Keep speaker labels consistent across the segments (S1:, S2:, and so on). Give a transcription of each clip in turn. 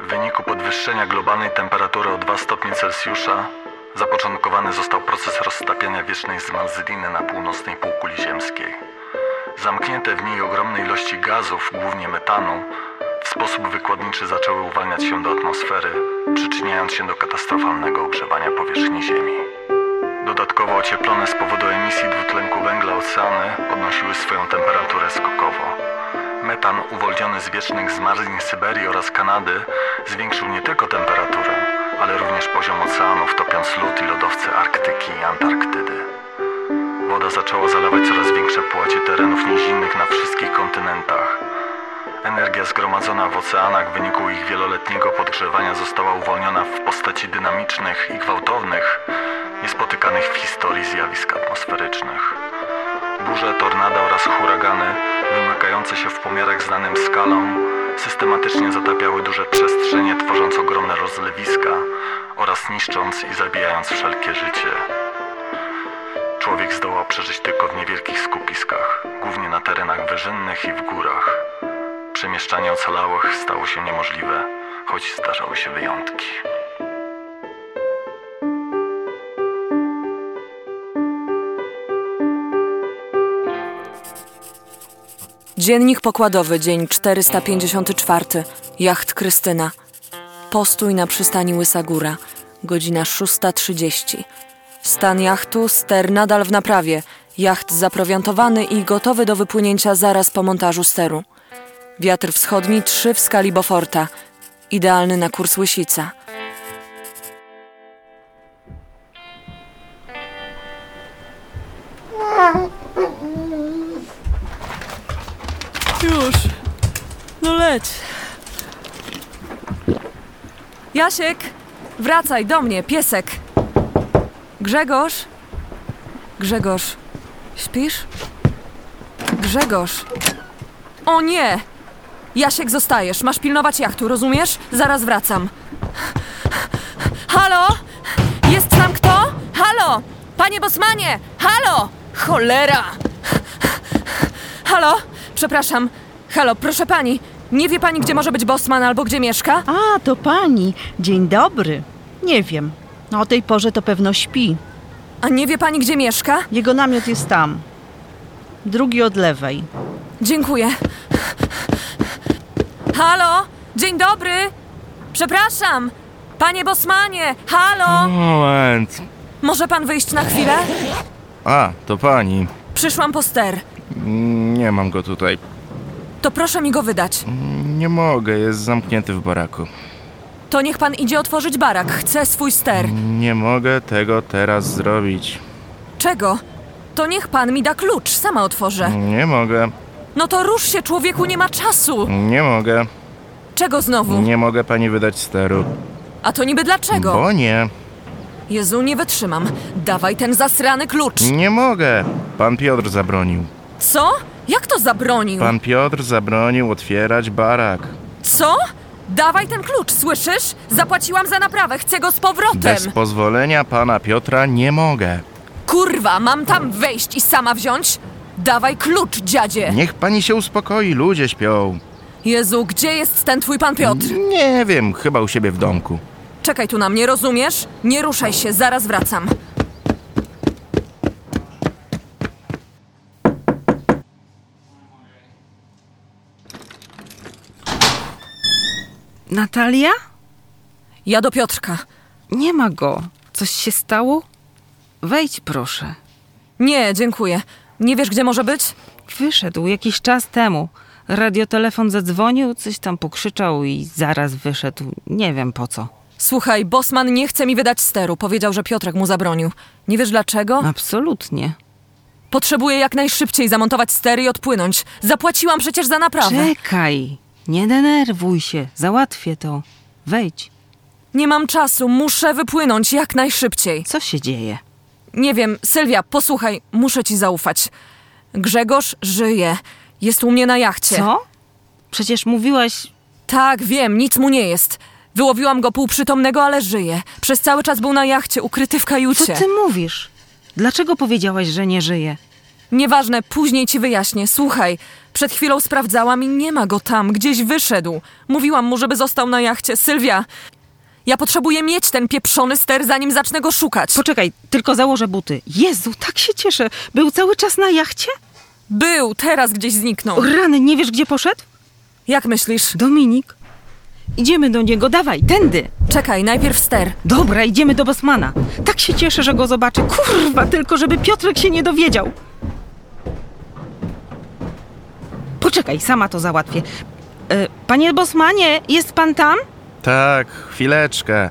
S1: wyniku podwyższenia globalnej temperatury o 2 stopnie Celsjusza zapoczątkowany został proces roztapiania wiecznej zmarzliny na północnej półkuli ziemskiej. Zamknięte w niej ogromne ilości gazów, głównie metanu, w sposób wykładniczy zaczęły uwalniać się do atmosfery, przyczyniając się do katastrofalnego ogrzewania powierzchni Ziemi. Dodatkowo ocieplone z powodu emisji dwutlenku węgla oceany podnosiły swoją temperaturę skokowo. Metan uwolniony z wiecznych zmarzlin Syberii oraz Kanady zwiększył nie tylko temperaturę, ale również poziom oceanów, topiąc lód i lodowce Arktyki i Antarktydy. Woda zaczęła zalewać coraz większe płacie terenów nizinnych na wszystkich kontynentach. Energia zgromadzona w oceanach w wyniku ich wieloletniego podgrzewania została uwolniona w postaci dynamicznych i gwałtownych, niespotykanych w historii zjawisk atmosferycznych. Burze, tornada oraz huragany, wymykające się w pomiarach znanym skalom, systematycznie zatapiały duże przestrzenie, tworząc ogromne rozlewiska oraz niszcząc i zabijając wszelkie życie. Człowiek zdołał przeżyć tylko w niewielkich skupiskach, głównie na terenach wyżynnych i w górach. Przemieszczanie ocalałych stało się niemożliwe, choć zdarzały się wyjątki.
S2: Dziennik pokładowy, dzień 454, jacht Krystyna. Postój na przystani Łysagóra, godzina 6.30. Stan jachtu, ster nadal w naprawie, jacht zaprowiantowany i gotowy do wypłynięcia zaraz po montażu steru. Wiatr wschodni 3 w skali Beauforta, idealny na kurs Łysica.
S3: Już. No leć.
S2: Jasiek, wracaj do mnie, piesek. Grzegorz? Grzegorz, śpisz? Grzegorz. O nie! Jasiek, zostajesz. Masz pilnować jachtu, rozumiesz? Zaraz wracam. Halo? Jest tam kto? Halo? Panie Bosmanie! Halo! Cholera! Halo? Przepraszam. Halo, proszę pani. Nie wie pani, gdzie może być Bosman albo gdzie mieszka?
S3: A, to pani. Dzień dobry. Nie wiem. No, o tej porze to pewno śpi.
S2: A nie wie pani, gdzie mieszka?
S3: Jego namiot jest tam. Drugi od lewej.
S2: Dziękuję. Halo? Dzień dobry. Przepraszam. Panie Bosmanie, halo?
S4: Moment.
S2: Może pan wyjść na chwilę?
S4: A, to pani.
S2: Przyszłam po ster.
S4: Nie mam go tutaj.
S2: To proszę mi go wydać.
S4: Nie mogę, jest zamknięty w baraku.
S2: To niech pan idzie otworzyć barak. Chcę swój ster.
S4: Nie mogę tego teraz zrobić.
S2: Czego? To niech pan mi da klucz, sama otworzę.
S4: Nie mogę,
S2: No to rusz się, człowieku, nie ma czasu.
S4: nie mogę,
S2: Czego znowu?
S4: nie mogę pani wydać steru.
S2: A to niby dlaczego?
S4: Bo nie,
S2: Jezu, nie wytrzymam. Dawaj ten zasrany klucz.
S4: nie mogę. Pan Piotr zabronił.
S2: Co? Jak to zabronił?
S4: Pan Piotr zabronił otwierać barak.
S2: Co? Dawaj ten klucz, słyszysz? Zapłaciłam za naprawę, chcę go z powrotem.
S4: Bez pozwolenia pana Piotra nie mogę.
S2: Kurwa, mam tam wejść i sama wziąć? Dawaj klucz, dziadzie.
S4: Niech pani się uspokoi, ludzie śpią.
S2: Jezu, gdzie jest ten twój pan Piotr?
S4: Nie wiem, chyba u siebie w domku.
S2: Czekaj tu na mnie, rozumiesz? Nie ruszaj się, zaraz wracam.
S5: Natalia?
S2: Ja do Piotrka.
S5: Nie ma go. Coś się stało? Wejdź proszę.
S2: Nie, dziękuję. Nie wiesz, gdzie może być?
S5: Wyszedł jakiś czas temu. Radiotelefon zadzwonił, coś tam pokrzyczał i zaraz wyszedł. Nie wiem po co.
S2: Słuchaj, Bosman nie chce mi wydać steru. Powiedział, że Piotrek mu zabronił. Nie wiesz dlaczego?
S5: Absolutnie.
S2: Potrzebuję jak najszybciej zamontować stery i odpłynąć. Zapłaciłam przecież za naprawę.
S5: Czekaj. Nie denerwuj się. Załatwię to. Wejdź.
S2: Nie mam czasu, muszę wypłynąć jak najszybciej.
S5: Co się dzieje?
S2: Nie wiem, Sylwia, posłuchaj, muszę ci zaufać. Grzegorz żyje. Jest u mnie na jachcie.
S5: Co? Przecież mówiłaś...
S2: Tak, wiem, nic mu nie jest. Wyłowiłam go półprzytomnego, ale żyje. Przez cały czas był na jachcie, ukryty w
S5: Co
S2: kajucie.
S5: ty mówisz? Dlaczego powiedziałaś, że nie żyje?
S2: Nieważne, później ci wyjaśnię. Słuchaj, przed chwilą sprawdzałam i nie ma go tam, gdzieś wyszedł. Mówiłam mu, żeby został na jachcie. Sylwia, ja potrzebuję mieć ten pieprzony ster, zanim zacznę go szukać.
S5: Poczekaj, tylko założę buty. Jezu, tak się cieszę. Był cały czas na jachcie?
S2: Był, teraz gdzieś zniknął.
S5: O, rany, nie wiesz gdzie poszedł?
S2: Jak myślisz?
S5: Dominik. Idziemy do niego, dawaj, tędy.
S2: Czekaj, najpierw ster.
S5: Dobra, idziemy do Bosmana. Tak się cieszę, że go zobaczę. Kurwa, tylko żeby Piotrek się nie dowiedział. Poczekaj, sama to załatwię. E, panie Bosmanie, jest pan tam?
S4: Tak, chwileczkę.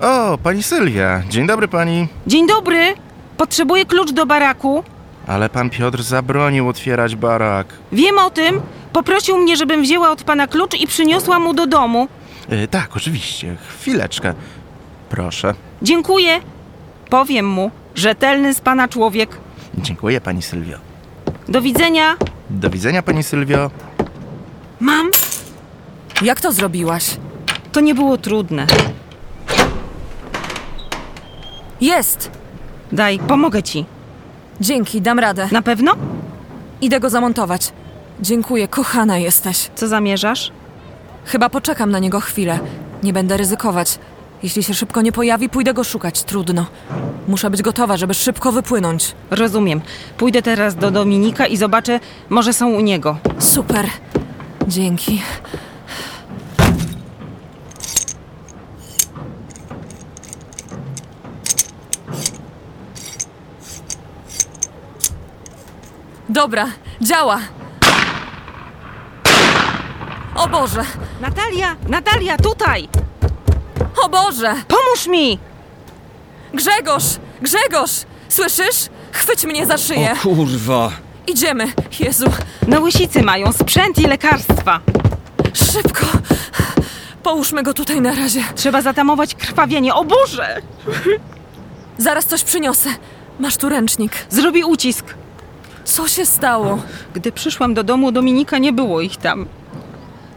S4: O, pani Sylwia. Dzień dobry pani.
S5: Dzień dobry. Potrzebuję klucz do baraku.
S4: Ale pan Piotr zabronił otwierać barak.
S5: Wiem o tym. Poprosił mnie, żebym wzięła od pana klucz i przyniosła mu do domu.
S4: Y, tak, oczywiście. Chwileczkę. Proszę.
S5: Dziękuję. Powiem mu. Rzetelny z pana człowiek.
S4: Dziękuję pani Sylwio.
S5: Do widzenia.
S4: Do widzenia pani Sylwio.
S5: Mam.
S2: Jak to zrobiłaś?
S5: To nie było trudne.
S2: Jest!
S5: Daj, pomogę ci.
S2: Dzięki, dam radę.
S5: Na pewno?
S2: Idę go zamontować. Dziękuję, kochana jesteś.
S5: Co zamierzasz?
S2: Chyba poczekam na niego chwilę. Nie będę ryzykować. Jeśli się szybko nie pojawi, pójdę go szukać. Trudno. Muszę być gotowa, żeby szybko wypłynąć.
S5: Rozumiem. Pójdę teraz do Dominika i zobaczę, może są u niego.
S2: Super. Dzięki. Dobra, działa. O Boże,
S5: Natalia! Natalia, tutaj!
S2: o Boże!
S5: Pomóż mi!
S2: Grzegorz! Grzegorz! Słyszysz? Chwyć mnie za szyję.
S6: O kurwa!
S2: Idziemy. Jezu,
S5: Na łysicy mają sprzęt i lekarstwa.
S2: szybko. Połóżmy go tutaj na razie.
S5: Trzeba zatamować krwawienie. O Boże!
S2: Zaraz coś przyniosę. Masz tu ręcznik.
S5: Zrobi ucisk.
S2: Co się stało?
S5: Gdy przyszłam do domu, Dominika nie było ich tam.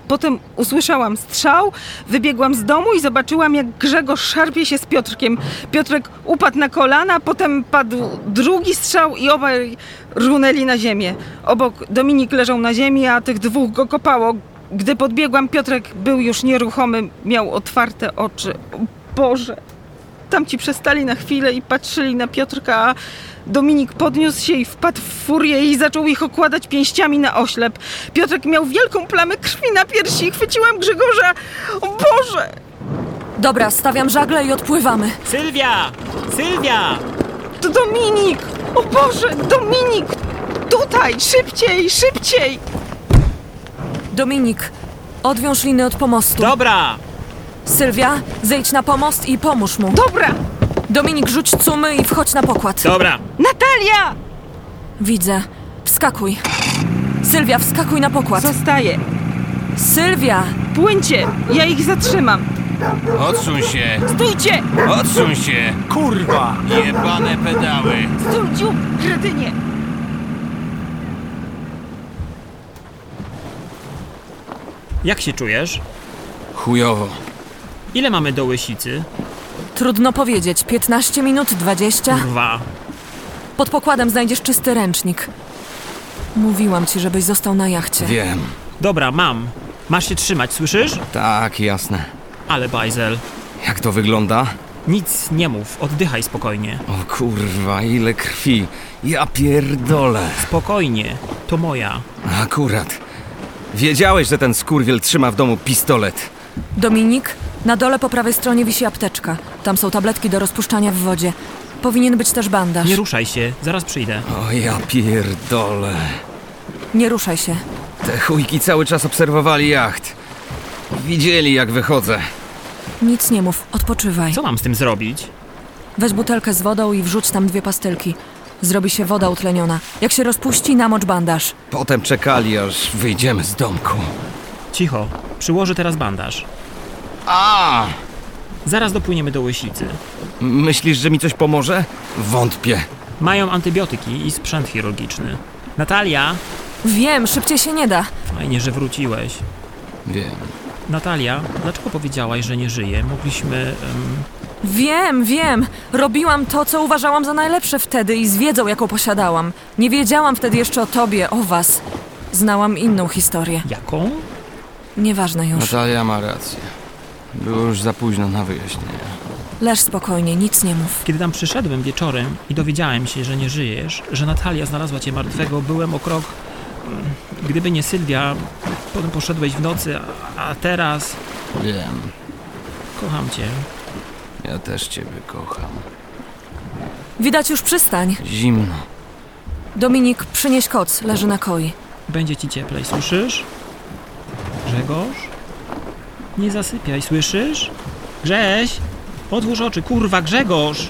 S5: Potem usłyszałam strzał, wybiegłam z domu i zobaczyłam, jak Grzegorz szarpie się z Piotrkiem. Piotrek upadł na kolana, potem padł drugi strzał i obaj runęli na ziemię. Obok Dominik leżał na ziemi, a tych dwóch go kopało. Gdy podbiegłam, Piotrek był już nieruchomy, miał otwarte oczy. O Boże! Tamci przestali na chwilę i patrzyli na Piotrka, a Dominik podniósł się i wpadł w furię i zaczął ich okładać pięściami na oślep. Piotrek miał wielką plamę krwi na piersi i chwyciłam Grzegorza. O Boże!
S2: Dobra, stawiam żagle i odpływamy.
S6: Sylwia! Sylwia!
S5: To Dominik! O Boże! Dominik! Tutaj! Szybciej! Szybciej!
S2: Dominik, odwiąż liny od pomostu.
S6: Dobra!
S2: Sylwia, zejdź na pomost i pomóż mu.
S5: Dobra!
S2: Dominik, rzuć cumy i wchodź na pokład.
S6: Dobra!
S5: Natalia!
S2: Widzę. Wskakuj. Sylwia, wskakuj na pokład.
S5: Zostaje.
S2: Sylwia!
S5: Płyńcie! Ja ich zatrzymam.
S7: Odsuń się,
S5: Stójcie!
S7: odsuń się! Kurwa! Jebane pedały!
S5: Stój, dziób, kretynie!
S6: Jak się czujesz?
S7: Chujowo.
S6: Ile mamy do łysicy?
S2: Trudno powiedzieć. 15 minut 20.
S6: Dwa.
S2: Pod pokładem znajdziesz czysty ręcznik. Mówiłam ci, żebyś został na jachcie.
S7: Wiem.
S6: Dobra, mam. Masz się trzymać, słyszysz?
S7: Tak, jasne.
S6: Ale bajzel.
S7: Jak to wygląda?
S6: Nic nie mów, oddychaj spokojnie.
S7: O kurwa, ile krwi. Ja pierdolę.
S6: Spokojnie, to moja.
S7: Akurat. Wiedziałeś, że ten skurwiel trzyma w domu pistolet.
S2: Dominik, na dole po prawej stronie wisi apteczka. Tam są tabletki do rozpuszczania w wodzie. Powinien być też bandaż.
S6: Nie ruszaj się, zaraz przyjdę.
S7: O ja pierdolę.
S2: Nie ruszaj się.
S7: Te chujki cały czas obserwowali jacht. Widzieli jak wychodzę.
S2: Nic nie mów, odpoczywaj.
S6: Co mam z tym zrobić?
S2: Weź butelkę z wodą i wrzuć tam dwie pastylki. Zrobi się woda utleniona. Jak się rozpuści, namocz bandaż.
S7: Potem czekali, aż wyjdziemy z domku.
S6: Cicho, przyłożę teraz bandaż.
S7: A!
S6: Zaraz dopłyniemy do łysicy.
S7: Myślisz, że mi coś pomoże? Wątpię.
S6: Mają antybiotyki i sprzęt chirurgiczny. Natalia!
S2: Wiem, szybciej się nie da.
S6: Fajnie, że wróciłeś.
S7: Wiem.
S6: Natalia, dlaczego powiedziałaś, że nie żyje? Mogliśmy... em,
S2: Wiem, wiem. Robiłam to, co uważałam za najlepsze wtedy i z wiedzą, jaką posiadałam. Nie wiedziałam wtedy jeszcze o tobie, o was. Znałam inną historię.
S6: jaką?
S2: Nieważne już.
S7: Natalia ma rację. Było już za późno na wyjaśnienie.
S2: Leż spokojnie, nic nie mów.
S6: Kiedy tam przyszedłem wieczorem i dowiedziałem się, że nie żyjesz, że Natalia znalazła cię martwego, byłem o krok. Gdyby nie Sylwia, potem poszedłeś w nocy, a- a teraz
S7: Wiem,
S6: kocham cię.
S7: ja też ciebie kocham.
S2: Widać już przystań.
S7: Zimno.
S2: Dominik, przynieś koc, leży na koi.
S6: Będzie ci cieplej, słyszysz? Grzegorz? Nie zasypiaj, słyszysz? Grześ! Otwórz oczy, kurwa, Grzegorz!